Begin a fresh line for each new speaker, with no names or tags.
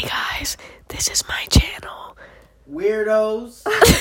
guys, this is my channel.
Weirdos.